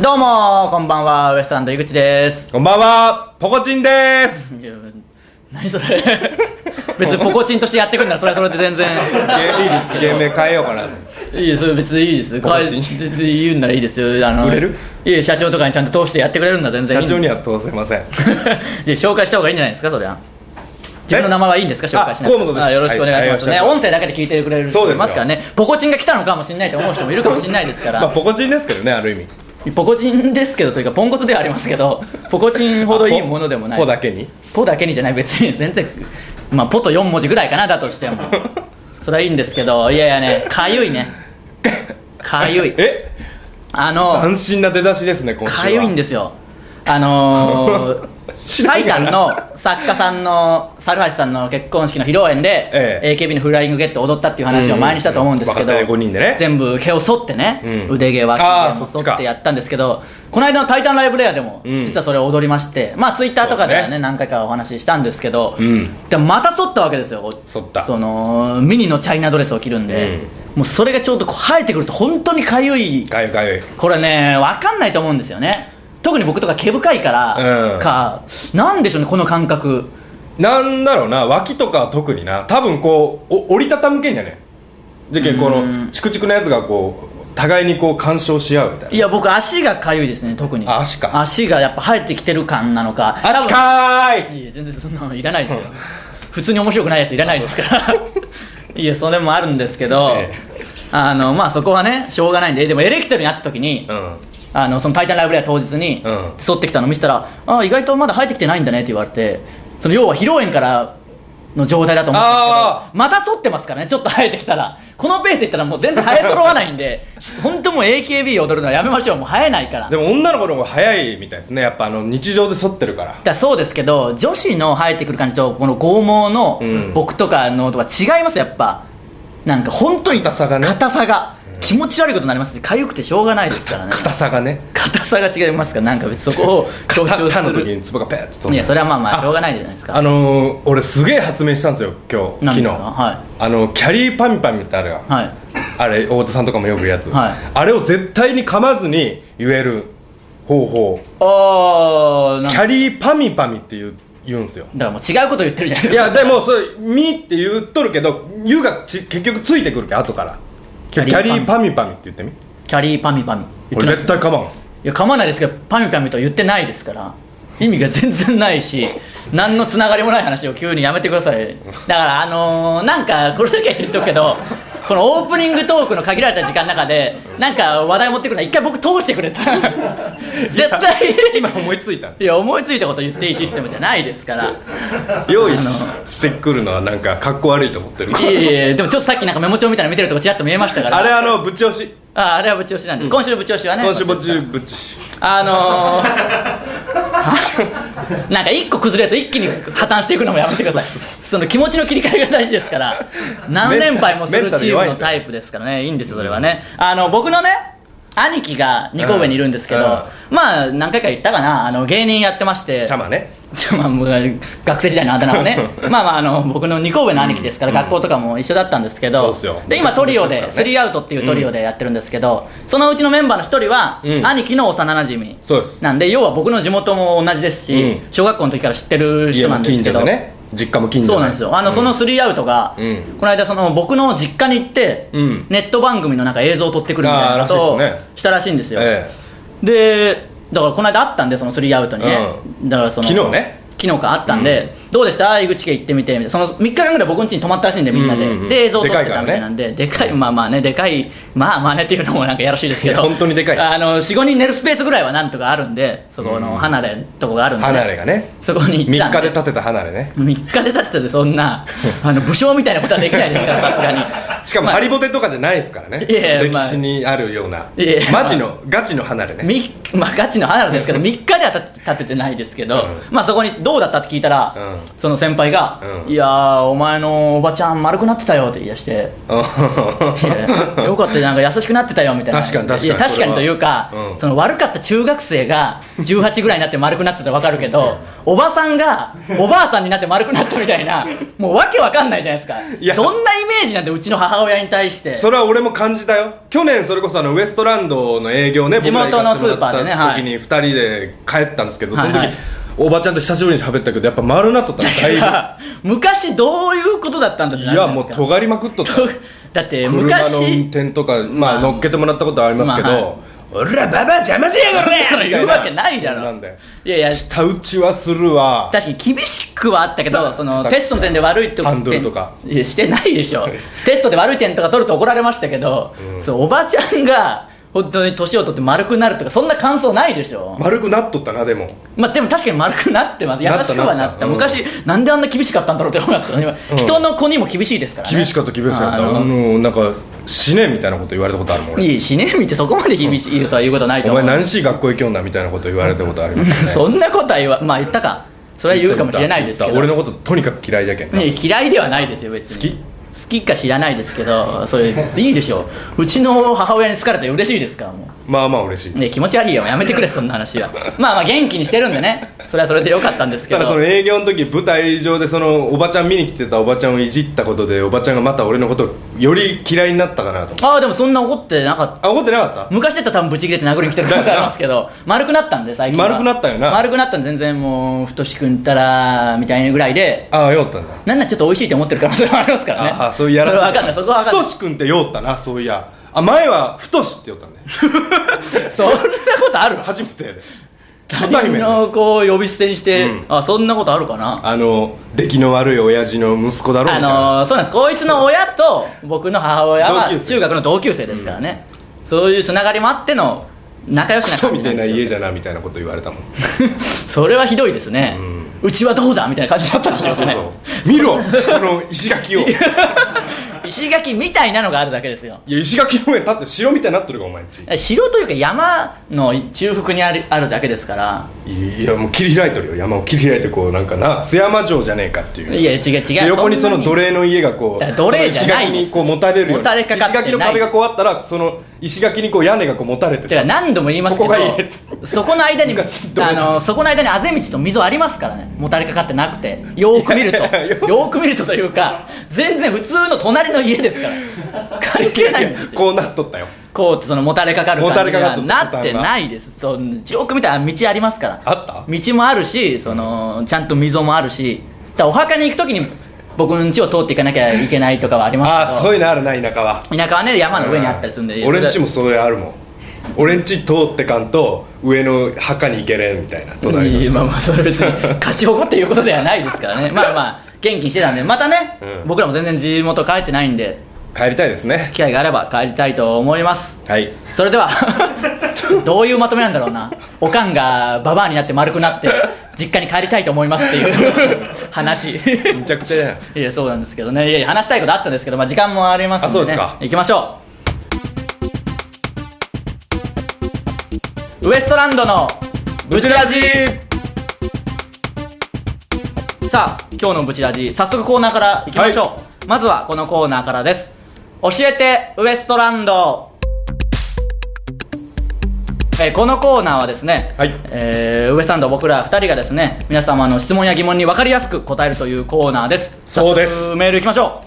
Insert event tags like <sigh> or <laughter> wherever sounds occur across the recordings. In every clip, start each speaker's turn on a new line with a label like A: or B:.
A: どうもこんばんはウエストランド井口です
B: こんばんは、ポコチンです。
A: いや何それ <laughs> 別にポコチンとしてやってくんならそれはそれで全然
B: いいですけど。芸名変えようかな。
A: いいですよ別にいいです
B: ポコチン
A: 全然言うんならいいですよあの
B: 売れる
A: いえ社長とかにちゃんと通してやってくれるんだ全然い
B: 社
A: い
B: 長には通せません。
A: で紹介した方がいいん <laughs> じゃないですかそりゃ自分の名前はいいんですか紹介しない
B: あ河本です
A: よろしくお願いしますね、
B: はいはい
A: 音声だけで聞いてくれる
B: そう
A: 人
B: で
A: い
B: すよ
A: ますからねポコチンが来たのかもしれないと思う人もいるかもしれないですから、
B: <laughs> まあ、ポコチンですけどね、ある意味。
A: ポコチンですけどというかポンコツではありますけどポコチンほどいいものでもない
B: ポポだけに。
A: ポだけにじゃない別に全然まあポと4文字ぐらいかなだとしてもそれはいいんですけどいやいやねかゆいねかゆい
B: え
A: あの
B: 斬新な出だしですね、今週は。
A: かゆいんですよあのー
B: 知ら
A: タ
B: ん
A: イ
B: が
A: タ
B: な
A: ンの作家さんの猿橋さんの結婚式の披露宴で、
B: ええ
A: AKB のフライングゲット踊ったっていう話を前にしたと思うんですけど、
B: うんうんうん若手五人でね
A: 全部毛を剃ってね、
B: うん
A: 腕毛
B: あ
A: は
B: ーそっちか
A: 剃ってやったんですけどこの間の「タイタンライブレア」でも、
B: うん
A: 実はそれを踊りましてまあツイッターとかでは
B: そ
A: ね
B: うですね
A: 何回かお話ししたんですけど、
B: ん
A: でもまた剃ったわけですよ
B: 剃った
A: そのミニのチャイナドレスを着るんで、もうそれがちょっとこう生えてくると本当にかゆい
B: かゆいかゆい。
A: これね分かんないと思うんですよね特に僕とか毛深いから
B: うん
A: か、なんでしょうねこの感覚
B: なんだろうな、脇とかは特にな。多分こう、お折りたたむけんじゃね。じゃけん、この、チクチクのやつがこう、互いにこう、干渉し合うみたい
A: い
B: な。
A: や僕足がかゆいですね特に
B: あ足か
A: 足がやっぱ生えてきてる感なのか
B: 足かー
A: い
B: い
A: やいや全然そんなのいらないです
B: <laughs>
A: よ普通に面白くないやついらないですからいやそれもあるんですけど、
B: え
A: あのまあそこはねしょうがないんででもエレキテルに会った時に、
B: うん。
A: あのその「タイタンライブレア」当日に
B: うん
A: 剃ってきたの見せたら「ああ意外とまだ生えてきてないんだね」って言われてその要は披露宴からの状態だと思うんですけ
B: あ
A: どまた剃ってますからねちょっと生えてきたらこのペースでいったらもう全然生え揃わないんで <laughs> 本当もう AKB 踊るのはやめましょうもう生えないから
B: でも女の子の方が早いみたいですね。やっぱあの、日常で剃ってるから。
A: だからそうですけど女子の生えてくる感じとこの剛毛の
B: うん
A: 僕とかのとは違いますやっぱなんか本当に
B: 硬さがね
A: 硬さが気持ち悪いことになりますし痒くてしょうがないですからね
B: 硬さがね。
A: 硬さが違いますからなんか別にそこを強
B: た
A: 調す
B: たの時
A: る
B: に粒がペーッと飛ん
A: い
B: で
A: やそれはまあまあ
B: あ
A: しょうがないじゃないですか
B: あのー、俺すげえ発明したんですよ今日
A: 何
B: 昨
A: です
B: 日
A: かは
B: あのキャリーパミュパミュってあれが、
A: いはい
B: あれ太田さんとかもよく言うやつ、
A: はい
B: あれを絶対に噛まずに言える方法
A: ああ
B: キ
A: だか
B: ャリーパミュパミュって言う言うんですよ
A: らもう違うこと言ってるじゃない
B: い
A: ですか
B: やでもそれ「み」って言っとるけど「ゆ」がち結局ついてくるけど後からキャ
A: キャリ
B: リ
A: ー
B: ーパミュパミュって言ってみ
A: キャリーパミパミ言って
B: 俺
A: ないです
B: 絶対噛まん
A: いや噛まないですけどパミパミとは言ってないですから意味が全然ないし何のつながりもない話を急にやめてくださいだからあのー、なんかこれだけは言っとくけどこのオープニングトークの限られた時間の中でなんか話題持ってくるのは一回僕通してくれ
B: <laughs>
A: た絶対
B: 今思いついた
A: いや思いついたこと言っていいシステムじゃないですから
B: 用意ししてくるのはなんかかっこ悪いと思ってる
A: いやいやいやでもちょっとさっきなんかメモ帳みたいなの見てるとこちらっと見えましたから
B: あれあのぶち押し
A: ああれはぶち押しなんで、今週のぶち押しはね
B: 今週ぶ
A: ま
B: ちぶちし
A: ああのー、なんか一個崩れると一気に破綻していくのもやめてくださいその気持ちの切り替えが大事ですから何連敗もするチームのタイプですからねいいんですよそれはねあの僕のね兄貴が二個上にいるんですけど、
B: うんうん
A: まあ何回か言ったかなあの芸人やってまして
B: ちゃまね
A: じ <laughs> ゃあまあもう学生時代のあだ名
B: <laughs>
A: はねまあまああの僕の2個上の兄貴ですから、学校とかも一緒だったんですけど、
B: そうっすよ
A: で今トリオ
B: 僕
A: で
B: も一緒ですから
A: ス
B: ね
A: リーアウトっていうトリオでやってるんですけど、そのうちのメンバーの一人は、
B: うん
A: 兄貴の幼なじみ
B: そうです
A: なんで要は僕の地元も同じですし、
B: うん
A: 小学校の時から知ってる人なんですけ
B: 家
A: ど、
B: も近所でね実家も近所
A: そうなんですよあの、そのスリーアウトが、
B: うん
A: この間その僕の実家に行って、
B: うん
A: ネット番組のなんか映像を撮ってくるみたいなこと
B: あ
A: を
B: ーらしいっすね
A: したらしいんですよ、
B: え
A: でだからこの間あったんでそのスリーアウトにね、だからその
B: 昨日ね
A: 昨日かあったんで、どうでした井口家行ってみてみたいなその3日間ぐらい僕ん家に泊まったらしいんでみんなで、
B: うんうんうん
A: で映像撮ってたみ
B: でかいからね
A: たいなんででかいまあまあねでかいまあまあねっていうのもなんかやらしいですけ
B: い
A: ど
B: や本当にでかい
A: あの45人寝るスペースぐらいはなんとかあるんでそこの離れのとこがあるんで、
B: 離れがね
A: そこに行
B: 3
A: ってたんで
B: 日で建てた離れね
A: 3日で立っててそんなあの武将みたいなことはできないですからさすがに
B: しかもハリボテとかじゃないですからね
A: いやいや
B: 歴史にあるようない
A: やいや
B: マジのガチの離れね
A: <laughs> みまあ、ガチの花なんですけど3日では立て立ててないですけど、
B: うん
A: まあ、そこにどどうだったって聞いたら、
B: う
A: その先輩が「
B: うん
A: いやーお前のおばちゃん丸くなってたよ」って言い出して
B: <laughs>
A: いやよかったよなんか優しくなってたよみたいな
B: 確かに確かに
A: いや確かにというか、
B: それはうん
A: その悪かった中学生が18ぐらいになって丸くなってたら分かるけどおばさんがおばあさんになって丸くなったみたいなもうわけわかんないじゃないですか
B: いや
A: どんなイメージなんでうちの母親に対して
B: それは俺も感じたよ去年それこそあのウエストランドの営業ね
A: 地元のスーパーでね
B: 僕ら行かせてもらった時に2人で帰ったんですけど、そ
A: は
B: の
A: い
B: 時、
A: はい
B: おばちゃんと久しぶりに喋ったけどやっぱ丸なっとったの
A: <laughs>
B: だいぶ
A: 昔どういうことだったんだってないるじゃな
B: やも
A: いうですか
B: 尖りまくっとった
A: だって
B: 車の運
A: 昔
B: 転とか、ま
A: まあ
B: あ、乗っけてもらったことはありますけど、
A: まあ
B: 俺らババア邪魔しやがれみたい
A: 言うわけないだろ
B: なんで
A: いやいや
B: 舌打ちはするわ
A: 確かに厳しくはあったけどその
B: だ
A: テストの点で悪いとこ
B: ハンドルとか
A: いやしてないでしょテストで悪い点とか取ると怒られましたけど、そうおばちゃんが本当に年を取って丸くなるとかそんな感想ないでしょ、
B: 丸くなっとったなでも
A: まあ、でも確かに丸くなってます優
B: なった
A: しくはなった
B: なったうん
A: 昔なんであんな厳しかったんだろうって思いますけど、ね今
B: うん
A: 人の子にも厳しいですからね
B: 厳しかった厳しかったあ
A: あ
B: の
A: の
B: なんか死ねみたいなこと言われたことあるもん俺
A: いい死ねみってそこまで厳しい言うとは言うことはないと
B: お
A: 思
B: 前
A: う
B: 何しい学校行きょんなみたいなこと言われたことあります
A: <laughs>
B: ね
A: そんなことは言わまあ言ったかそれは言うかもしれないですけど
B: 言った言った俺のこととにかく嫌いじゃけんな、
A: ね、嫌いではないですよ別に
B: 好
A: 好きか知らないですけどそれいいでしょううちの母親に好かれて嬉しいですからも、
B: まあまあ嬉しいう
A: ね、気持ち悪いよやめてくれそんな話はまあまあ元気にしてるんでねそれはそれでよかったんですけ
B: た
A: ど
B: だその営業の時舞台上でそのおばちゃん見に来てたおばちゃんをいじったことでおばちゃんがまた俺のことをより嫌いになったかなと思って
A: ああでもそんな怒ってなかった
B: あ怒ってなかっ
A: 昔だったら多分ブチ切れて殴りに来てる可能性ありますけど丸くなったんで最近は
B: 丸くなったよな
A: 丸くなったんで全然もう太しくんたらみたいなぐらいで
B: たああ酔ったんだ
A: なんならちょっと美味しいと思ってる可能性もありますからね
B: ああそういうやらしい
A: それは分かんないそこは分かんない
B: ふとし君って酔ったなそういやあ前はふとしって酔ったんだよ <laughs>
A: そんなことある
B: 初めてやで初
A: 他
B: 対
A: 人
B: 面で
A: のこう呼び捨てにして、
B: うん
A: あそんなことあるかな
B: あの出来の悪い親父の息子だろう
A: あ
B: みたいな
A: のーそうなんですこいつの親と僕の母親は
B: 同級生
A: 中学の同級生ですからね、そういうつながりもあっての仲良し
B: ク
A: な
B: ソ
A: 感
B: み
A: じ
B: た
A: ないん
B: な
A: です
B: 家
A: よ
B: じゃなみたいなこと言われたもん
A: <laughs> それはひどいですね、うちはどうだみたいな感じだったんです
B: そう
A: よ
B: そう
A: ね
B: そう見ろこの石垣を
A: <laughs>
B: い
A: 石垣みたいなのがあるだけですよ
B: や石垣の上に立って城みたいになってるかお前んち
A: 城というか山の中腹にあるあるだけですから
B: いやもう切り開いとるよ山を切り開いてこうなんかな津山城じゃねえかっていう
A: いや違う違
B: で
A: う
B: 横にそ
A: ん
B: の
A: な
B: 奴隷の家がこ
A: だ
B: う
A: から奴隷じゃない
B: その
A: です
B: 石垣にこう持たれるよう
A: も
B: に
A: たれかかってない
B: 石垣の壁がこうあったらその石垣にこう屋根がこう持たれて
A: だから何度も言いますけど
B: ここがい
A: そこの間に
B: 昔どう
A: あ
B: やった
A: のそこの間にあぜ道と溝ありますからねもたれかかってなくてよーく見ると
B: <laughs> いやいや
A: よーく見るとというか全然普通の隣の家ですから
B: <laughs>
A: 関係ないんですよ
B: こうなっとったよ
A: こうそのもたれかかる感じ
B: もたれかかっ
A: が
B: とった
A: なってないですそうよーく見たら道ありますから
B: あった
A: 道もあるしそのちゃんと溝もあるしだからお墓に行く時に僕の家を通っていかなきゃいけないとかはありま
B: ああ
A: すけ
B: そう
A: ど
B: いうのあるな田舎は
A: 田舎はね山の上にあったりするんで、
B: う俺んちもそれあるもん俺んち通ってかんと上の墓に行けねえみたいな隣の
A: いや <laughs>
B: 人
A: まあまあそれ別
B: <laughs>
A: に勝ち誇っていうことではないですからねまあまあ元気にしてたんでまたね、
B: うん
A: 僕らも全然地元帰ってないんで
B: 帰りたいですね
A: 機会があれば帰りたいと思います
B: はい
A: それ
B: <laughs>
A: ではどういうまとめなんだろうなおかんがババアになって丸くなって実家に帰りたいと思いますっていう <laughs> 話い
B: めちゃくちゃやん
A: やそうなんですけどねいやいや話したいことあったんですけど、まあ、時間もありますんで,、ね、
B: あそうですか
A: 行きましょうウエストランドのブチラジさあ今日のブチラジ早速コーナーからいきましょう、
B: は
A: まずはこのコーナーからです教えてウエストランドえーこのコーナーはですね、
B: はい
A: えーウエストランド僕ら2人がですね皆様の質問や疑問に分かりやすく答えるというコーナーです
B: そうです
A: 早速メールいきましょ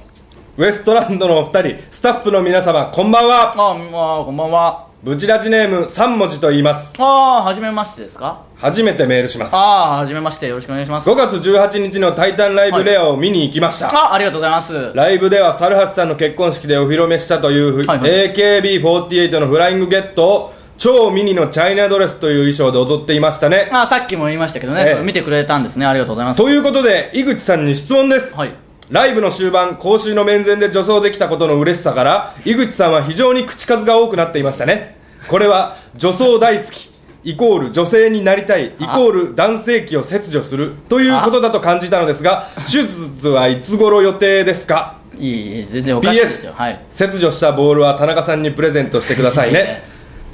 A: う
B: ウエストランドのお二人スタッフの皆様こんばんは
A: あーまあこんばんは
B: ブチラジネーム3文字と言います
A: ああはじめましてですか
B: 初めてメールします
A: ああはじめましてよろしくお願いします
B: 5月18日の「タイタンライブレア」を見に行きました、
A: あありがとうございます
B: ライブでは猿橋さんの結婚式でお披露目したというふ、
A: はいはい
B: AKB48 のフライングゲットを超ミニのチャイナドレスという衣装で踊っていましたね
A: あーさっきも言いましたけどね、
B: ええ
A: それ見てくれたんですねありがとうございます
B: ということで井口さんに質問です、
A: はい
B: ライブの終盤公衆の面前で女装できたことの嬉しさから井口さんは非常に口数が多くなっていましたねこれは女装大好きイコール女性になりたいイコール男性器を切除するということだと感じたのですが手術はいつ頃予定ですか
A: いいいい全然おかしいですよ、
B: PS、
A: はい
B: 切除
A: <laughs>
B: <laughs> したボールは田中さんにプレゼントしてくださいね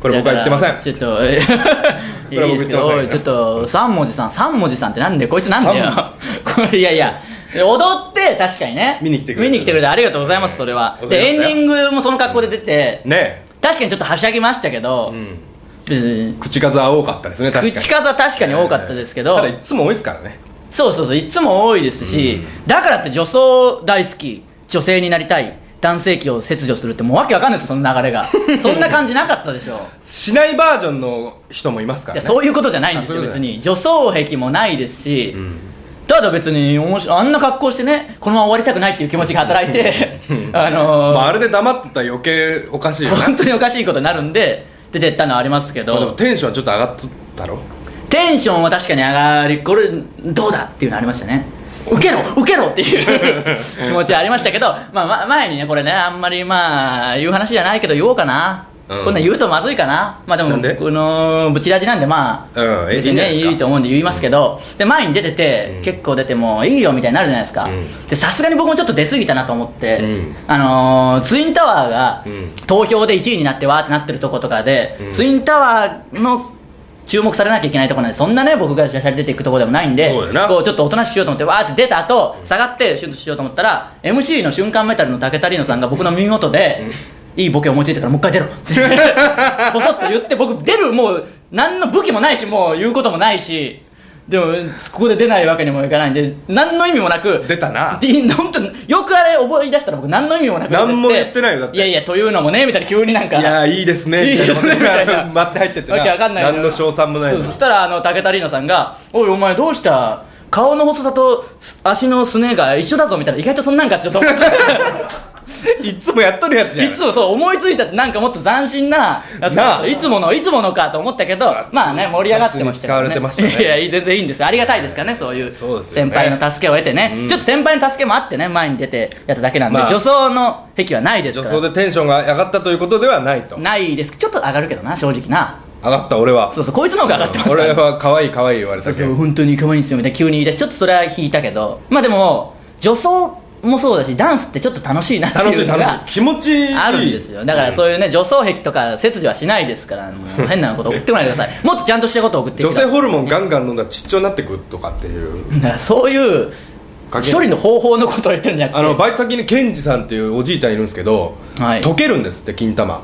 B: これ僕は言ってません
A: ちょっとえー
B: これは僕言ってません
A: おいちょっと三文字さん三文字さんってなんでこいつなんだよこ <laughs> れいやいや踊って確かにね
B: 見に来てくれて
A: 見に来てくれてありがとうございますそれは
B: ええ
A: でエ
B: 踊り
A: ン
B: ま
A: デ
B: し
A: ィン
B: たよ
A: グもその格好で出て
B: ね
A: 確かにちょっとはしゃぎましたけど、
B: ん
A: 別に
B: 口数は多かったですね確かに
A: 口数は確かに多かったですけど、
B: ただいつも多いですからね
A: そうそうそういつも多いですし、だからって女装大好き女性になりたい男性器を切除するってもうわけわかんないですよその流れ
B: <laughs>
A: がそんな感じなかったでしょ
B: しないバージョンの人もいますか
A: い
B: ら
A: や
B: ね
A: そういうことじゃないんですよ
B: あそういうこ
A: 別
B: とね
A: に女装癖もないですし、ただ別に面白いあんな格好してねこのまま終わりたくないっていう気持ちが働いて <laughs> あのー
B: まあ、あれで黙ってたら余計おかしいよね
A: 本当におかしいことになるんで出てったのはありますけ
B: まあでも
A: ど
B: テンションはちょっと上がっとったろ
A: テンションは確かに上がりこれどうだっていうのありましたね受けろ受けろって
B: <laughs>
A: いう気持ちはありましたけど、まあま、前にねこれねあんまりまあ言う話じゃないけど言おうかな、
B: うん
A: こんなん言うとまずいかなまあで
B: な
A: も
B: んで
A: このぶちラジなんでまあ、
B: うん
A: 別にね
B: いいんじゃないですか
A: いいと思うんで言いますけど、で前に出てて、
B: うん
A: 結構出てもいいよみたいになるじゃないですか、
B: うん
A: でさすがに僕もちょっと出過ぎたなと思って、
B: うん
A: あのーツインタワーが
B: うん
A: 投票で1位になってわーってなってるとことかで、
B: うん
A: ツインタワーの注目されなきゃいけないとこなんでそんなね僕がしゃしゃり出ていくとこでもないんで
B: そうだな
A: こうちょっとおとなしくしようと思ってわーって出た後下がってシュンとしようと思ったら MC の瞬間メタルの竹田リーノさんが僕の耳元で、いいボケを思いついたからもう一回出ろ
B: <laughs>
A: って言ってボソッと言って僕出るもう何の武器もないしもう言うこともないしでもここで出ないわけにもいかないんで何の意味もなく
B: 出たな
A: で本当によくあれ覚え出したら僕何の意味もなく
B: 何も言ってないよだって
A: いやいやというのもねみたいな急になん
B: い
A: か
B: やーいいですね
A: いいですね
B: みたい
A: み
B: なこと
A: たいな
B: 待って入ってって
A: わけわかんない
B: 何の賞賛もない
A: そうそしたらあの竹田リーノさんが「おいお前どうした顔の細さとす足のすねが一緒だぞ」みたいな意外とそんなんかちょっと思
B: <laughs>
A: って
B: いつもやっとるやつじゃん
A: いつもそう思いついたってなんかもっと斬新なやつ
B: なあ
A: いつものいつものかと思ったけどまあね盛り上がってましたよ
B: 雑に使われてましたね
A: いやいや全然いいんですよありがたいですからねそういう
B: そうですよ
A: 先
B: ね
A: 輩の助けを得てねちょっと先輩の助けもあってね前に出てやっただけなんで、
B: まあ
A: 女装の癖はないです
B: 女
A: か
B: 装
A: ら
B: でテンションが上がったということではないと
A: ないですちょっと上がるけどな正直な
B: 上がった俺は
A: そうそうこいつの方が上がってますから、
B: 俺は可愛い可愛い言われ
A: そう
B: たけ
A: そ
B: ど
A: う本当に可愛いんですよみたいな急に言い出しちょっとそれは引いたけどまあでも女装もそうだしダンスってちょっと楽しいなって
B: 楽し
A: い
B: いう
A: の
B: 楽し
A: が
B: い気持ちいい
A: あるんですよだからそういうね女装癖とか切除はしないですからも
B: <laughs>
A: う変なこと送ってこないでくださいもっとちゃんとしたことを送ってきて
B: 女
A: くださ
B: 性
A: い
B: ホルモンガンガン飲んだらちっちゃになってくとかっていう
A: だからそういう
B: かけ
A: 処理の方法のことを言ってるんじゃなくて
B: あのバイト先にケンジさんっていうおじいちゃんいるんですけど、
A: はい
B: 溶けるんですって金玉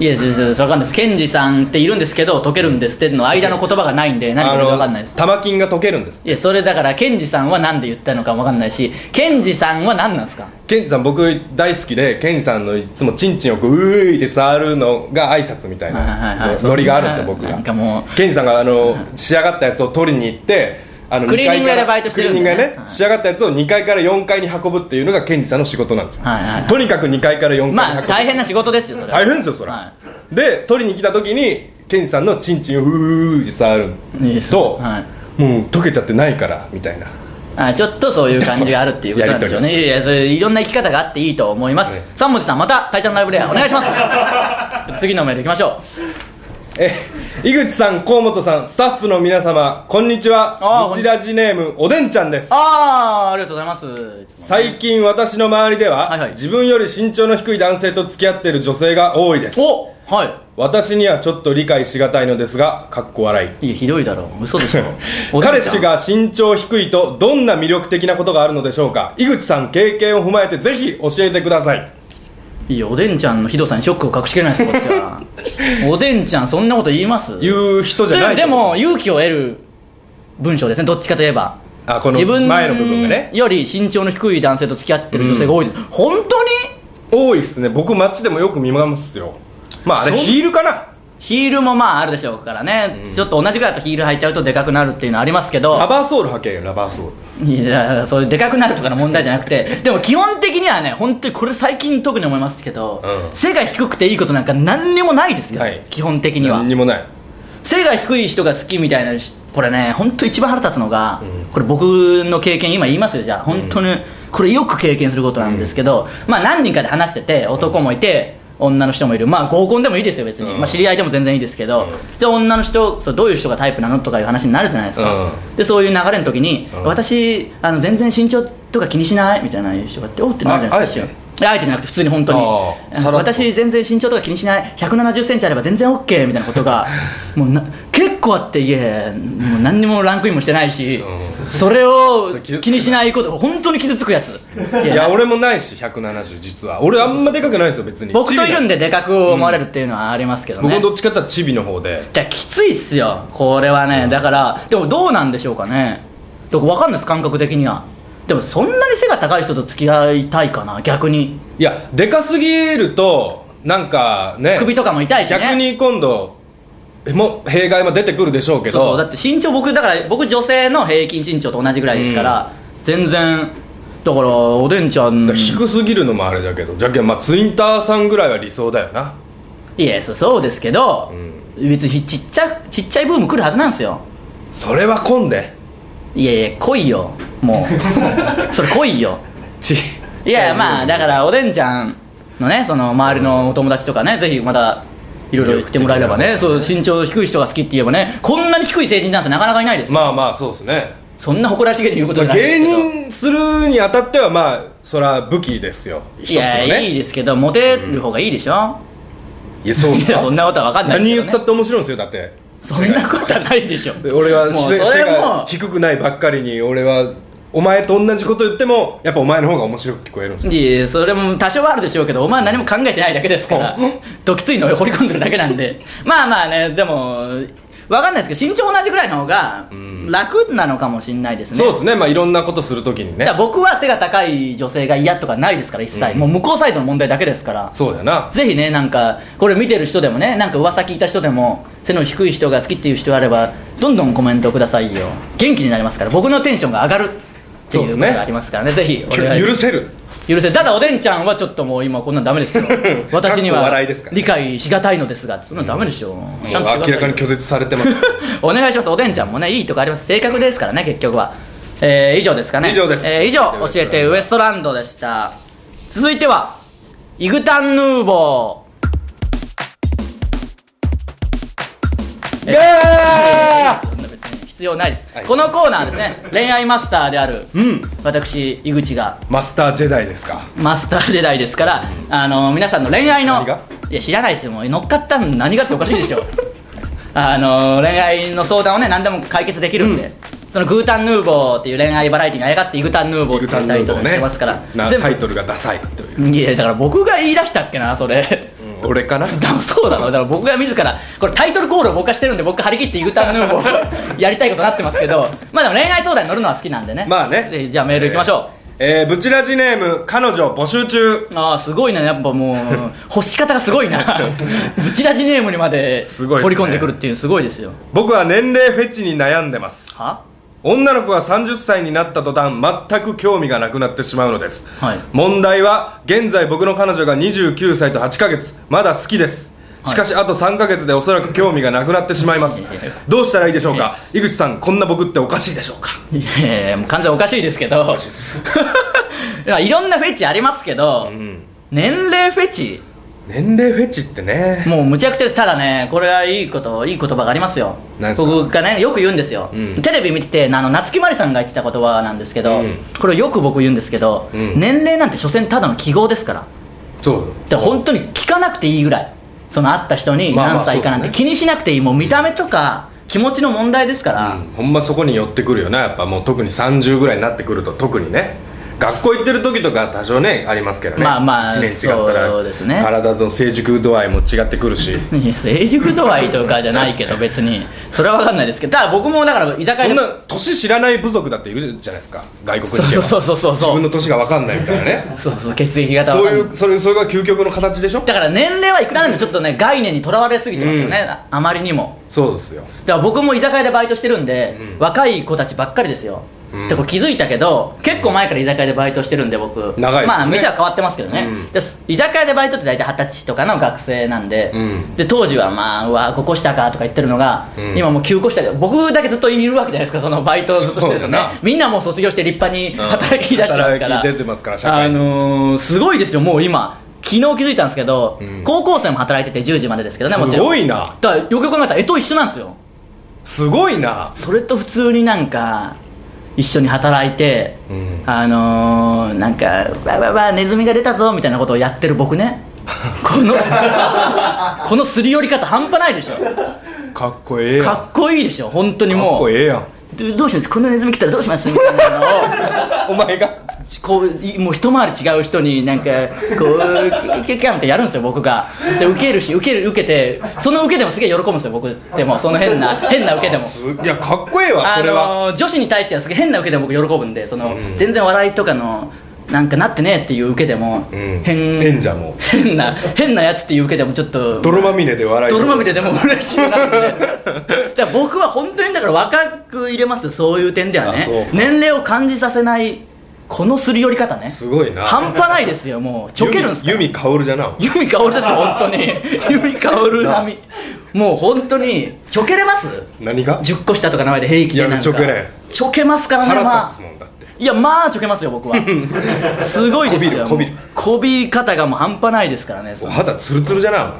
A: いやいやいやいやわかんないですケンジさんっているんですけど解けるんですっての間の言葉がないんで何か分かんないです
B: 玉金が溶けるんです
A: いやそれだからケンジさんは何で言ったのかも分かんないしケンジさんは何なんですか
B: ケンジさん僕大好きでケンジさんのいつもチンチンをこううーいって触るのが挨拶みたいなノリがあるんですよ僕
A: な
B: が
A: んかもう
B: ケンジさんがあの仕上がったやつを取りに行ってあの
A: クリーニング屋で
B: 二階から
A: バイトしてるん
B: ク
A: で
B: リー
A: ね
B: ニング屋ね
A: はい
B: 仕上がったやつを2階から4階に運ぶっていうのがケンジさんの仕事なんですよ
A: はいはい
B: とにかく2階から4階に運ぶ
A: まあ大変な仕事ですよそれは
B: 大変ですよそれ、
A: は
B: で取りに来た時にケンジさんのチンチンをうーいって触る
A: いいです
B: と、
A: はい
B: もう溶けちゃってないからみたいな
A: あちょっとそういう感じがあるっていうことなんでしょうねいやいやそれいろんな生き方があっていいと思います、
B: ね
A: 三文字さんまた「タイタンライブ
B: <laughs>
A: レア」お願いします次のメールいきましょ
B: え井口さん河本さんスタッフの皆様こんにち
A: あ
B: は
A: ー
B: 日ラジネームおでんちゃんで
A: う
B: す
A: ああありがとうございます
B: 最近私の周りでは、
A: はいはい
B: 自分より身長の低い男性と付き合っている女性が多いです
A: おはい
B: 私にはちょっと理解しがたいのですがかっこ笑い
A: いやひどいだろう嘘でしょおじいちゃん
B: <laughs> 彼氏が身長低いとどんな魅力的なことがあるのでしょうか井口さん経験を踏まえてぜひ教えてください
A: いやおでんちゃんのひどさにショックを隠しきれないですこっちは
B: <laughs>
A: おでんちゃんそんなこと言います
B: 言う人じゃない
A: ででも勇気を得る文章ですねどっちかといえば
B: あこの
A: 自分
B: 前の部分がね
A: より身長の低い男性と付き合ってる女性が多いです、本当に
B: 多いっすね僕街でもよく見ますよまああれ
A: そう
B: ヒールかな
A: ヒールもまああるでしょうからね、ちょっと同じぐらいだとヒール履いちゃうとでかくなるっていうのはありますけど
B: ラバーソール履けよラバーソー
A: い
B: ル
A: やそういうでかくなるとかの問題じゃな
B: <laughs>
A: くてでも基本的にはね本当にこれ最近特に思いますけど、
B: うん
A: 背が低くていいことなんか何にもないですよ、
B: ない
A: 基本的には
B: 何にもない
A: 背が低い人が好きみたいなしこれね本当一番腹立つのが、これ僕の経験今言いますよじゃあ本当にこれよく経験することなんですけど、まあ何人かで話してて男もいて、女の人もいるまあ合コンでもいいですよ別に、
B: うん
A: まあ、知り合いでも全然いいですけど、
B: うん
A: で女の人そうどういう人がタイプなのとかいう話になるじゃないですか、
B: うん
A: でそういう流れの時に、
B: うん
A: 私あの全然身長とか気にしないみたいな人がっておってなるじゃないですか一
B: ああえて
A: 瞬いやあえてじゃなくて普通に本当に
C: あー
A: あの
C: さらっと
A: 私全然身長とか気にしない1 7 0センチあれば全然 OK みたいなことがもうな結構あっていえもう何にもランクインもしてないし、それを
B: それ傷つくな
A: 気にしないこと本当に傷つくやつい
B: い
A: や
B: や俺もないし170実は俺あんまでかくないんですよ別に
A: 僕といるん
B: で
A: ででかく思われるっていうのはありますけど
B: 僕
A: ね
B: もどっちかって言ったらチビの方で
A: じゃあきついっすよこれはね、だからでもどうなんでしょうかねどこわかんないです感覚的にはでもそんなに背が高い人と付き合いたいかな逆に
B: いやでかすぎるとなんかね
A: 首とかも痛いしね
B: 逆に今度えもう弊害も出てくるでしょうけど
A: そうそうだって身長僕だから僕女性の平均身長と同じぐらいですから、全然だからおでんちゃん
B: だから低すぎるのもあれだけどじゃけんまあツインターさんぐらいは理想だよない
A: やそうそうですけど、別にちっちゃちっちゃいブーム来るはずなんですよ
B: それは混んで
A: いやいや来いよも
B: <laughs>
A: うそれ来いよ
B: ち
A: いやいやまあだからおでんちゃんのねその周りのお友達とかねぜひまたいろいろ言ってもらえればねそう身長低い人が好きって言えばねこんなに低い成人男性なかなかいないですよ、
B: まあまあそうですね
A: そんな誇らしげに言うことじゃ
B: まあ
A: ないです
B: 芸
A: けど
B: 人するにあたってはまあそら武器ですよ一つ
A: い
B: の
A: や、
B: ね
A: いいですけどモテる方がいいでしょ、
B: いやそう
A: いやそんなことは分かんない
B: 何
A: ですけど、
B: 言
A: ね、
B: ったって面白いんですよだって
A: そんなことはないでしょ
B: で俺は
A: もう
B: 背
A: そ
B: 背
A: れ
B: が
A: も
B: 低くないばっかりに俺はお前と同じこと言ってもやっぱお前の方が面白く聞こえるんですよ
A: いやいやそれも多少はあるでしょうけどお前は何も考えてないだけですからどきついのを掘り込んでるだけなんでまあまあねでもわかんないですけど身長同じぐらいの方が楽なのかもしれないですね
B: そうですねまあいろんなことするときに
A: だ
B: ね
A: から僕は背が高い女性が嫌とかないですから一切、もう向こうサイドの問題だけですから
B: そうだよな
A: ぜひねなんかこれ見てる人でもねなんか噂聞いた人でも背の低い人が好きっていう人あればどんどんコメントくださいよ元気になりますから僕のテンションが上がるって
B: そう
A: い
B: で
A: うこ
B: すね
A: とがありますからねぜひお願い
B: 許せる
A: 許せただおでんちゃんはちょっともう今こんなんダメ
B: <laughs>
A: ですよ私に
B: かっこ
A: は
B: 笑いですから
A: 理解しがたいのですがそんなんダメでしょ、
B: もう
A: ちゃ
B: 明
A: んとしてくださいよ
B: らかに拒絶されてます
A: <laughs> お願いしますおでんちゃんもねいいとこあります性格ですからね結局は、えー以上ですかね
B: 以上です
A: えー以上教えてウエストランドでした続いてはイグタンヌーボ
B: いや
A: ーそんな別に必要ないです、
B: はい
A: このコーナーはです
B: <laughs>
A: ね恋愛マスターである、私井口が
B: ーマスタージェダイですか
A: マスター時代ですから、あの皆さんの恋愛の
B: 何が
A: いや知らないですよもう乗っかったの何がっておかしいでし
B: <laughs>
A: ょあの恋愛の相談をね何でも解決できるんで、そのグータンヌーボーっていう恋愛バラエティーにあやがってイグタンヌーボーって
B: グ
A: いう
B: タンヌ
A: タイ
B: ー
A: ト
B: ボ
A: ル
B: ー
A: にして
B: ね
A: ますから、
B: な
A: 全
B: タ
A: 部
B: イトルがダサいという
A: いやだから僕が言い出したっけなそれ
B: 俺かな
A: でもそうだろだから僕が自らこれタイトルコールを僕がしてるんで僕が張り切ってイグタンヌーボー <laughs> やりたいことになってますけどまあでも恋愛相談に乗るのは好きなんでね
B: まあね
A: ぜひじゃあメールいきましょう、
B: えーブチラジネーム彼女募集中
A: ああすごいねやっぱもう欲し方がすご
B: <laughs>
A: いなブチラジネームにまです
B: ごいっすね
A: 掘り込んでくるっていうのすごいですよ
B: 僕は年齢フェチに悩んでます
A: は
B: 女の子が30歳になった途端全く興味がなくなってしまうのです、
A: はい
B: 問題は現在僕の彼女が29歳と8ヶ月まだ好きですしかしあと3ヶ月でおそらく興味がなくなってしまいますどうしたらいいでしょうか井口さんこんな僕っておかしいでしょうか
A: いやいやいやもう完全おかしいですけど <laughs> いやいろんなフェチありますけど、年齢フェチ
B: 年齢フェチってね
A: もうむちゃくちゃただねこれはいいこといい言葉がありますよ
B: 何ですか
A: 僕がねよく言うんですよ、
B: ん
A: テレビ見ててあの夏木マリさんが言ってた言葉なんですけど、
B: うん
A: これよく僕言うんですけど、
B: ん
A: 年齢なんて所詮ただの記号ですから
B: そう
A: だから本当に聞かなくていいぐらいその会った人に
B: まあまあ
A: 何歳かなんて
B: そうです
A: 気にしなくていいもう見た目とか気持ちの問題ですから、
B: うんほんまそこに寄ってくるよなやっぱもう特に30ぐらいになってくると特にね学校行ってる時とか多少ねありますけどね
A: まあまあ
B: 1年違った
A: そうですね
B: ら体の成熟度合いも違ってくるし
A: いや成熟度合いとかじゃないけど別にそれは分かんないですけどただ僕もだから居酒屋で
B: そんな年知らない部族だっているじゃないですか外国に
A: そう
B: 行け
A: そう
B: ば
A: そうそうそう
B: 自
A: そ
B: 分
A: う
B: の年が分かんないみたいなね
A: そうそう血液型は
B: そう
A: 分かんない
B: いうそれそれが究極の形でしょ
A: だから年齢はいくらなんでもちょっとね概念にとらわれすぎてますよね、あまりにも
B: そうですよ
A: だから僕も居酒屋でバイトしてるんで、若い子たちばっかりですよ、
B: うん
A: でこれ気づいたけど結構前から居酒屋でバイトしてるんで僕長
B: ですね
A: まあ店は変わってますけどね、
B: うん
A: で居酒屋でバイトって大体二十歳とかの學生なんで、
B: うん
A: で当時はまあうわ5個下かとか言ってるのが、
B: うん
A: 今もう9個下で僕だけずっといるわけじゃないですかそのバイトをずっとしてると
B: そうだ
A: ね
B: な
A: みんなもう卒業して立派に働き出してますから、
B: 働き出てますから社会
A: あ
B: に
A: のーすごいですよもう今昨日気づいたんですけど、
B: ん
A: 高校生も働いてて10時までですけどねもち
B: す
A: ろん
B: ごいな
A: だからよくよく考えたら絵と一緒なんですよ
B: すごいな
A: それと普通になんか一緒に働いて、
B: ん
A: あのー、なんか「わわわネズミが出たぞ」みたいなことをやってる僕ねこのこのすり寄り方半端ないでしょ
B: かっこええやん
A: かっこいいでしょ本当にもう
B: かっこええやん
A: どどうしますこんなネズミ来たらどうしますみたいなのを
B: お前が
A: ちこういもう一回り違う人になんかこう「キャキャキャン」ってやるんですよ僕がで受けるし受ける受けてその受けでもすげえ喜ぶんですよ僕でもその変な変な受けでも
B: すいやかっこええわ
A: あ
B: それは、
A: のー女子に対してはすげえ変な受けでも僕喜ぶんでその、全然笑いとかのなんかなってねえっていう受けでも、
B: うん、
A: 変
B: 変じゃんもう
A: 変な変なやつっていう受けでもちょっと
B: 泥まみれで笑い
A: 泥まみれでも嬉しいなって
B: <laughs>
A: だから僕は本当にだから若く入れますそういう点では
B: あそう
A: ね
B: か
A: 年齢を感じさせないこのすり寄り方ね
B: すごいな
A: 半端ないですよもうちょけるんですか
B: 由美薫じゃな
A: 由美薫ですよ本当に
B: <laughs>
A: 由美薫並みもう本当にちょけれます
B: 何が
A: 10個下とか名前で平気でなんか
B: いやちょけない
A: ちょけますからね
B: 腹
A: まあ
B: 立つもんだって
A: いやまあちょけますよ僕は
B: <laughs>
A: すごいですよ
B: こびる
A: もうこびり方がもう半端ないですからねそ
B: お
A: の
B: 肌ツルツルじゃな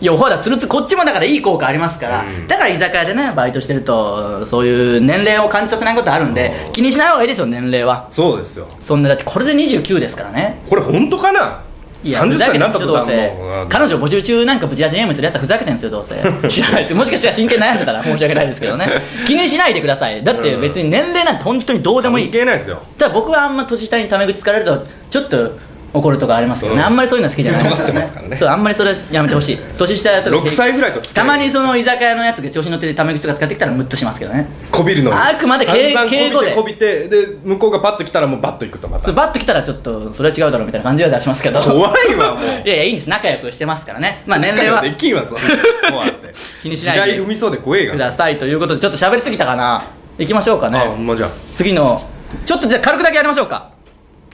B: い
A: やお肌つるつるこっちもだからいい効果ありますから、
B: うん
A: だから居酒屋でねバイトしてるとそういう年齢を感じさせないことあるんで
B: うん
A: 気にしない方がいいですよ年齢は
B: そうですよ
A: そんなだってこれで29ですからね
B: これ本当かない
A: や
B: 30
A: ふざけ
B: 歳に
A: て
B: な
A: るで
B: った
A: しょ
B: 途
A: どう
B: 端
A: せ
B: もう
A: 彼女募集中なんかブチラジネームするやつはふざけてるんですよどうせ <laughs> 知らないですもしかしたら真剣に悩んでたら申し訳ないですけど <laughs> ね気にしないでくださいだって別に年齢なんて本当にどうでもいい
B: 関係ないですよ
A: ただ僕はあんま年下にタメ口つかれるとちょっと怒るとかありますけどね、
B: うん
A: あんまりそういうのは好きじゃないです
B: 尖ってますからね
A: そうあんまりそれやめてほしい年下やと
B: 6歳ぐらいと付き合
A: た
B: い
A: まにその居酒屋のやつが調子に乗ってタメ口とか使ってきたらムッとしますけどね
B: こびるのに
A: あくまで敬
B: 散々
A: 敬語で
B: こびてこびてで向こうがパッと来たらもうバッと行くとま
A: そ
B: た
A: れバッと来たらちょっとそれは違うだろうみたいな感じは出しますけど
B: 怖いわもう
A: いやいやいいんです仲良くしてますからねまあ年齢は
B: できんわそんなもうあって
A: 気にしないで
B: 地雷踏みそうで怖えが
A: くださいということでちょっと喋りすぎたかな行きましょうか
B: あほ
A: ね
B: んまじゃあ
A: 次のちょっとじゃあ軽くだけやりましょうか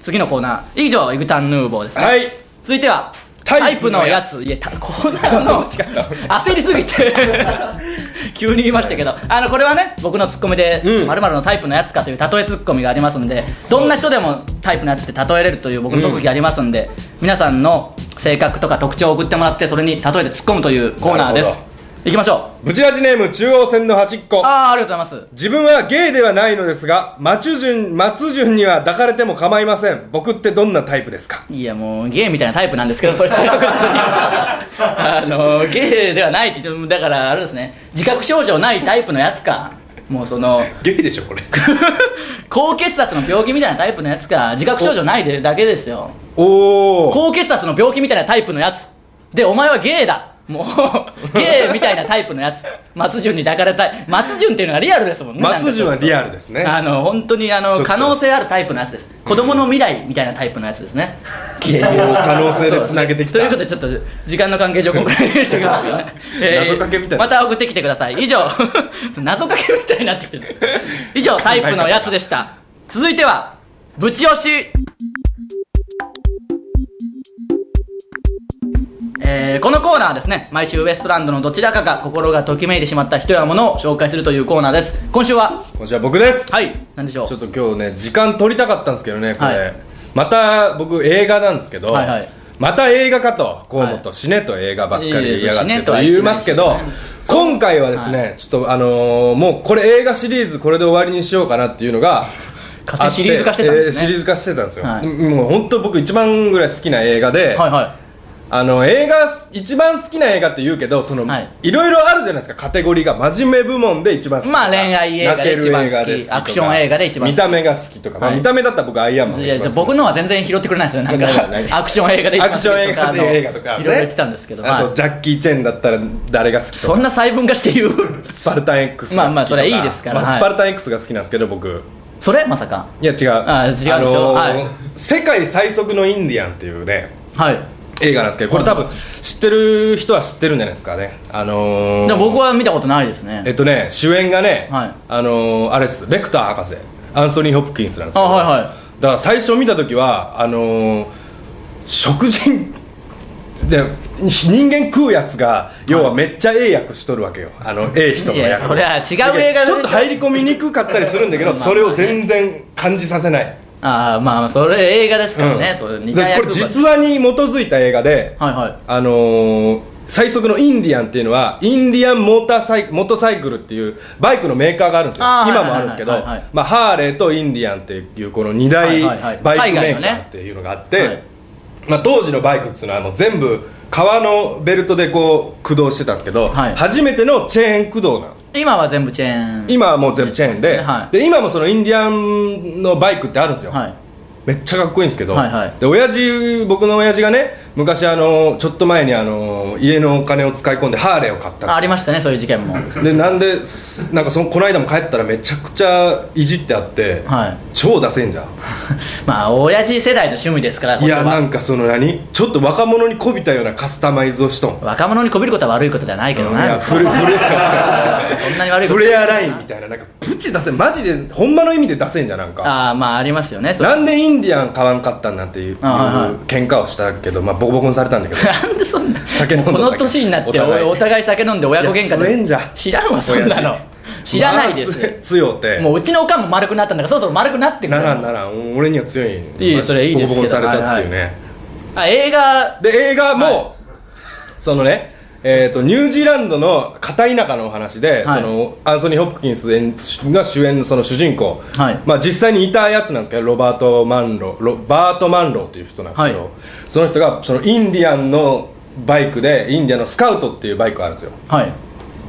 A: 次のコーナー以上イグタンヌーボーですね
B: はい
A: 続いてはタ
B: タ
A: イ
B: イ
A: プ
B: プ
A: の
B: の
A: や
B: や
A: ついやたコーナーの
B: 違った
A: <laughs> 焦りすぎ
B: <laughs>
A: て急に言いましたけどあのこれはね僕のツッコミで「
B: うん
A: まるのタイプのやつか」という例えツッコミがありますんでどんな人でもタイプのやつって例えれるという僕の特技がありますんで、皆さんの性格とか特徴を送ってもらってそれに例えて突っ込むというコーナーで
B: な
A: す
B: るほ
A: いきましょう
B: ブチラジネーム中央線の端っこ
A: ああありがとうございます
B: 自分はゲイではないのですが松潤松潤には抱かれても構いません僕ってどんなタイプですか
A: いやもうゲイみたいなタイプなんですけどそれそれとか
B: <laughs>
A: 普通にあのゲイではないって言ってだからあれですね自覚症状ないタイプのやつかもうそ
B: <laughs>
A: の
B: ゲイでしょこれ
A: 高血圧の病気みたいなタイプのやつか自覚症状ないでだけですよ
B: おお
A: 高血圧の病気みたいなタイプのやつでお前はゲイだも
B: <laughs>
A: うゲイみたいなタイプのやつ松潤に抱かれたい松潤っていうのがリアルですもんね
B: 松潤はリ
A: ア
B: アルですね
A: あの本当にあ
B: ちょ
A: の
B: っと
A: 可能性あるタイプのやつです子供の未来みたいなタイプのやつですねゲイ
B: もう可能性でつなげてき
A: そうですね <laughs> と
B: た
A: いうことでちょっと時間の関係上ここら辺にしておきますけどね、
B: <laughs> 謎かけみたいな
A: また送ってきてください以上 <laughs> 謎かけみたいになってきてる以上タイプのやつでした続いてはぶち押しえーこのコーナーはですね毎週ウエストランドのどちらかが心がときめいてしまった人やものを紹介するというコーナーです今週は
B: こちら僕です
A: はい何でしょう
B: ちょっと今日ね時間取りたかったんですけどねこれ、
A: はい
B: また僕映画なんですけど、
A: はいはい
B: また映画かと河本、
A: はい
B: 死ねと映画ばっかり言いやがっ
A: いやいや死ね
B: て
A: と
B: と
A: は言って
B: 言いますけど
A: ないです
B: 今回はですね、ちょっとあのーもうこれ映画シリーズこれで終わりにしようかなっていうのが
A: 勝手にシリーズ化してたんですね
B: あってえーシリーズ化してたんですよ、
A: はい
B: もう本当僕一番ぐらい好きな映画で、
A: はいは
B: あの映画一番好きな映画って言うけどその、
A: はい
B: い、ろいろあるじゃないですかカテゴリーが真面目部門で一番好き
A: まあ恋愛映画で
B: 泣ける
A: 一番好き
B: 映画ですとか
A: アクション映画で一番好き
B: 見た目が好きとか、まあ
A: はい
B: 見た目だったら僕アイアンマン
A: い
B: が
A: いや
B: 一
A: じゃ
B: 番
A: あ
B: 好き
A: 僕のは全然拾ってくれないですよなん
B: <laughs>
A: か
B: ないないない
A: アクション映画で一
B: ア
A: 番好
B: ク
A: き
B: シ
A: と
B: ョ
A: か
B: ン映画で
A: あの
B: 映画とか、ね、
A: いろいろ言ってたんですけど、
B: あ
A: ま
B: と
A: あ、
B: ジャッキー・チェンだったら誰が好きと
A: そ
B: か
A: んな細分化して言う <laughs>
B: スパルタン X が好きとか
A: まあまあそれはいいですから
B: まあ
A: はい
B: スパルタン X が好きなんですけど僕
A: それまさか
B: いや違う
A: あ違うでしょはい
B: 世界最速のインディアンっていうね
A: はい
B: 映画なんですけどこれ多分知ってる人は知ってるんじゃないですかねあのー、
A: でも僕は見たことないです
B: え
A: ね
B: っとね主演がね、
A: はい
B: あのーあれですレクター博士アンソニー・ホプキンスなんですけど
A: あはいはい
B: だから最初見た時はあのー食人で人間食うやつが要はめっちゃええ役しとるわけよあのええ人の
A: いや
B: 役
A: そりゃ違う映画
B: でちょっと入り込みにくかったりするん
A: <laughs>
B: だけどそれを全然感じさせない
A: ああまあそれ映画ですからね、
B: うん
A: それ似た
B: だからこ
A: 役
B: れ実話に基づいた映画で、
A: はいはい
B: あのー最速のインディアンっていうのはインディアンモーターサイモトサイクルっていうバイクのメーカーがあるんですよ
A: あー
B: 今もあるんですけど、
A: はいはいはいはい
B: まあ、ハーレーとインディアンっていうこの2
A: はいはいは
B: 大
A: い
B: バイクメー
A: 海外の
B: カー
A: ね
B: っていうのがあって、
A: はい
B: まあ、当時のバイクっていうのはもう全部革のベルトでこう駆動してたんですけど、
A: はい
B: 初めてのチェーン駆動なの
A: 今は全部チェーン
B: 今はもう全部チェーンで,、
A: はい
B: で今もそのインディアンのバイクってあるんですよ、
A: はい
B: めっちゃかっこいいんですけど、
A: はいはい
B: で親父僕の親父がね昔あのちょっと前にあの家のお金を使い込んでハーレーを買った
A: あありましたねそういう事件もは
B: でなんですなんかそのこの間も帰ったらめちゃくちゃいじってあって、
A: い <laughs>
B: 超出せんじゃん
A: まあ親父世代の趣味ですから
B: いや
A: これ
B: な
A: は
B: んかその何ちょっと若者にこびたようなカスタマイズをしとん
A: 若者にこびることは悪いことではないけど
B: いや
A: な
B: フレフレ
A: そんなに <laughs> 悪いこ
B: フ
A: と
B: レアラインみたいななんかプチ出せんマジでほんまの意味で出せんじゃんなんか
A: ああまあありますよねそれ
B: なんでインディアン買わんかったんなんていう
A: あはいはい
B: 喧嘩をしたけどまあボコボコにされたんだけど
A: なんでそんな
B: 酒飲んど
A: こ
B: った
A: の年になってお
B: お互
A: 互
B: い
A: いお互い酒飲んで親子喧嘩
B: いや強えんじ
A: で
B: ゃ
A: 知らんわそんなの
B: 親
A: 知らないで
B: まあつ
A: す
B: <laughs> 強うて
A: もううちのおかんも丸くなったんだからそろそろ丸くなってく
B: な
A: る
B: らんならん俺には強い
A: いいそれいいですけど
B: ボコボコにされたっていうね、
A: あ映画
B: で映画も、
A: は
B: そのねえー、とニュージーランドの片田舎のお話で、
A: はい
B: そのアンソニー・ホプキンス演が主演のその主人公、
A: はい
B: まあ、実際にいたやつなんですけどロバート・マンローロバート・マンローっていう人なんですけど、
A: はい
B: その人がそのインディアンのバイクでインディアンのスカウトっていうバイクがあるんですよ
A: はい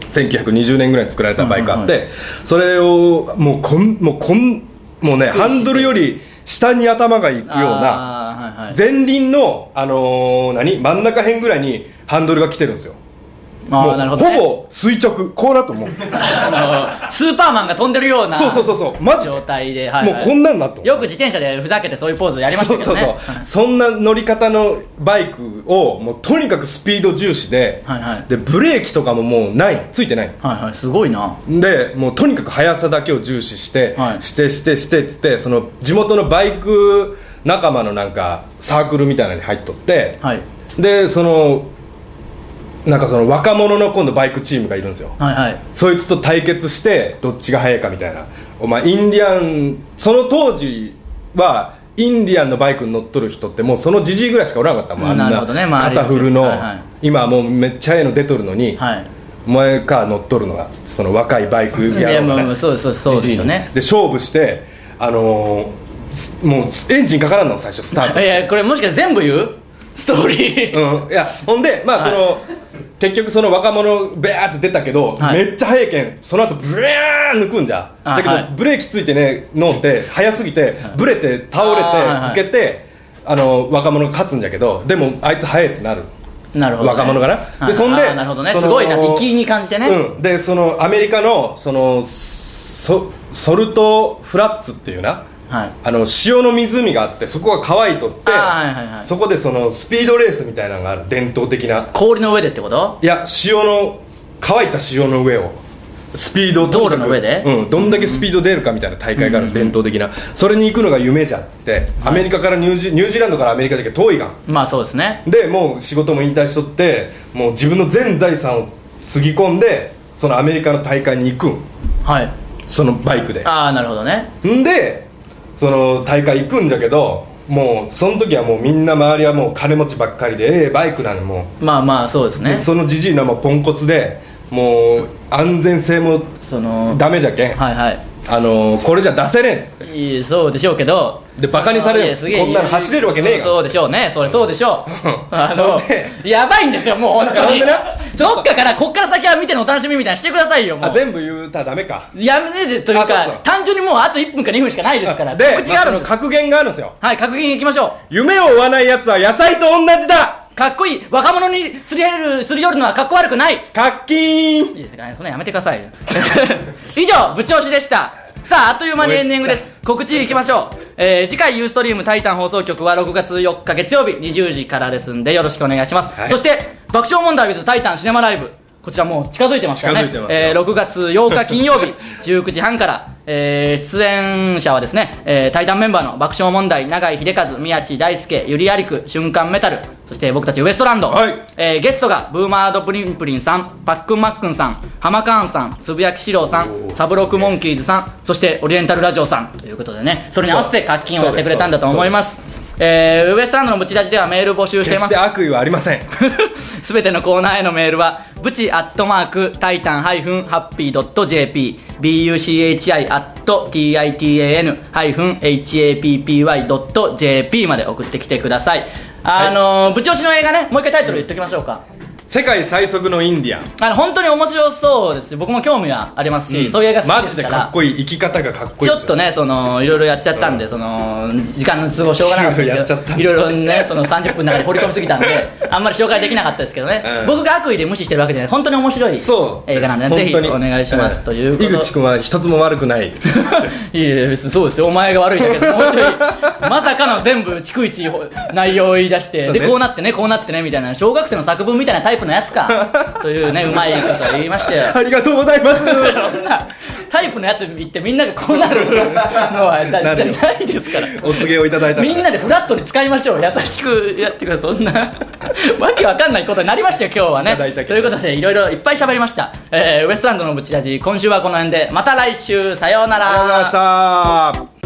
B: 1920年ぐらいに作られたバイクあって、
A: う
B: それをもうこんもうこんもうねハンドルより下に頭がいくような
A: あーはいはい
B: 前輪の、あのー何真ん中辺ぐらいにハンドルが来てるんですよ
A: あ
B: も
A: ー
B: う
A: なるほ
B: ほ
A: どね
B: ぼ垂直こうなと思う
A: あのスーパーマンが飛んでるような
B: そうそうそうそうマジで
A: 状態で、はい
B: も
A: はいう
B: こんなんなと思う
A: よく自転車でふざけてそういうポーズやりましたけどね
B: そうそうそうそんな乗り方のバイクをもうとにかくスピード重視で、
A: はいはい
B: でブレーキとかももうないついてない
A: はいはいすごいな
B: でもうとにかく速さだけを重視して、
A: はい
B: してしてしてっつってその地元のバイク仲間のなんかサークルみたいなのに入っとって、
A: はい
B: でそのなんかその若者の今度バイクチームがいるんですよ
A: はいはい
B: そいつと対決してどっちが速いかみたいなお前インディアンその当時はインディアンのバイクに乗っとる人ってもうそのじじいぐらいしかおらなかったもんあん
A: なる
B: な
A: ほどね周りで
B: 肩フルの、
A: はいはい
B: 今はもうめっちゃええの出とるのに、
A: はい
B: お前か乗っとるのがつってその若いバイク
A: いや
B: やろ
A: も
B: うが
A: う
B: ね
A: もうそうそうそうですよね
B: で勝負してあのーすもうエンジンかからんの最初スタート
A: いやこれもしかして全部言うストーリー、
B: うんいやほんでまあその、結局その若者ベーって出たけど、
A: はい
B: めっちゃ速いけんその後ブレーン抜くんじゃ
A: あ
B: だけど、
A: はい
B: ブレーキついてねのって速すぎてブレて倒れて
A: あーはいはい
B: こけて、あの若者が勝つんじゃけどでもあいつ速いってなる
A: なるほど、
B: 若者かな、
A: はい
B: でそんで
A: あーなるほどね
B: そ
A: す
B: の
A: ごいな粋に感じてね、
B: うん、でそのアメリカのそのソソルトフラッツっていうな
A: はい
B: あの塩の湖があってそこが乾いとって、
A: あーはいはいはい
B: そこでそのスピードレースみたいなのがある伝統的な
A: 氷の上でってこと
B: いや塩の乾いた塩の上をスピードをとにかく
A: 道路の上で
B: うん、どんだけスピード出るかみたいな大会がある、伝統的なそれに行くのが夢じゃっつって、アメリカからニュージニュージーランドからアメリカじゃけ遠いがん
A: まあそうですね
B: でもう仕事も引退しとってもう自分の全財産をつぎ込んでそのアメリカの大会に行くん
A: はい
B: そのバイクで
A: ああなるほどね
B: んでその大会行くんじゃけどもうその時はもうみんな周りはもう金持ちばっかりでええバイクなのも
A: まあまあそうです
B: う、で
A: ね
B: そのじじいのはもうポンコツでもう安全性も
A: その
B: ダメじゃけん、
A: はいはい
B: あのーこれじゃ出せねえっつって
A: いいそうでしょうけど
B: でバカにされる
A: いやすげえ
B: こんなの走れるわけねえが
A: そうでしょうねそれそうでしょうあ
B: ほ
A: の
B: んで
A: やばいんですよもう本当
B: ほん
A: に
B: でなちょっと
A: どっかからこっから先は見てのお楽しみみたいにしてくださいよも
B: あ
A: う
B: 全部言うたらダメか
A: やめねえでという
B: あそう
A: か
B: そう
A: 単純にもうあと1分か2分しかないですから
B: で
A: 告知があるん
B: ま
A: で
B: あ
A: す
B: その格言があるんですよ
A: はい確認いきましょ
B: 夢を追わない奴は野菜と同じだ
A: うかっこいい若者にすり減るすり寄るのはかっこ悪くない
B: カッキーン
A: いいですかねそんなやめてくださいよ <laughs> 以上ぶち押しでしたさああっという間にエンディングです告知いきましょう、えー次回ユーストリームタイタン放送局は6月4日月曜日20時からですんでよろしくお願いします、
B: はい
A: そして爆笑問題 with タイタンシネマライブこちらもう近づいてますからね
B: 近づいてますよ
A: えー6月8日金曜 <laughs> 日19時半から、えー出演者はですね、えー、タイタンメンバーの爆笑問題永井秀和宮地大輔ゆりやりく瞬間メタルそして僕たちウエストランド、
B: はい
A: えーゲストがブーマードプリンプリンさんパックンマックンさんハマカーンさんつぶやきしろうさ
B: お
A: ん
B: ー
A: サブロックモンキーズさんそしてオリエンタルラジオさんということでねそれに合わせて課金をやってくれたんだと思いますえーウエストランドのブチラジではメール募集してい
B: 決
A: ます
B: して悪意はありません
A: <laughs> すべてのコーナーへのメールは、ぶちアットマーク、タイタンハイフン、ハッピードット JP、buchi アット titan ハイフン、happy ドット JP まで送ってきてください。あのー、ぶち押しの映画ね、もう一回タイトル言っときましょうか。
B: 世界最速のインディアン
A: あの、本当に面白そうです。僕も興味はありますし、そういう映画好き
B: マ
A: で
B: ジ
A: す
B: で
A: から。
B: かっこいい生き方がかっこい
A: ち
B: い
A: ょっとね、そのいろいろやっちゃったんで、その時間の都合しょうがなかった
B: や
A: で
B: っち
A: す
B: ゃった
A: けど、いろいろね、その30分の中で掘り込みすぎたんで、あんまり紹介できなかったですけどね、
B: うん
A: 僕が悪意で無視してるわけじゃない、本当に面白い
B: そう
A: 映画なんで、ぜひお願いします、ということ
B: 井口君は一つも悪くない
A: <laughs> いやいや別にそうですよお前が悪いだけでもう
B: <laughs>
A: ちょいまさかの全部逐一内容を言い出して
B: そう
A: で
B: ね
A: こうなってねこうなってねみたいな小学生の作文みたいなタイプのやつかというねうまいことを言いましたよ
B: ありがとうございま
A: そ
B: す
A: んなタイプのやつ言ってみんながこうなるのはだ
B: な
A: じゃ
B: るよ
A: ないですから
B: お告げをいただいたから
A: みんなでフラットに使いましょう優しくやってくださいそんなわけわかんないことになりましたよ今日はね
B: いただいたけど
A: ということでいろいろいっぱい喋りました、えーウエストランドのブチラジ今週はこの辺でまた来週さようなら
B: ありがとうございました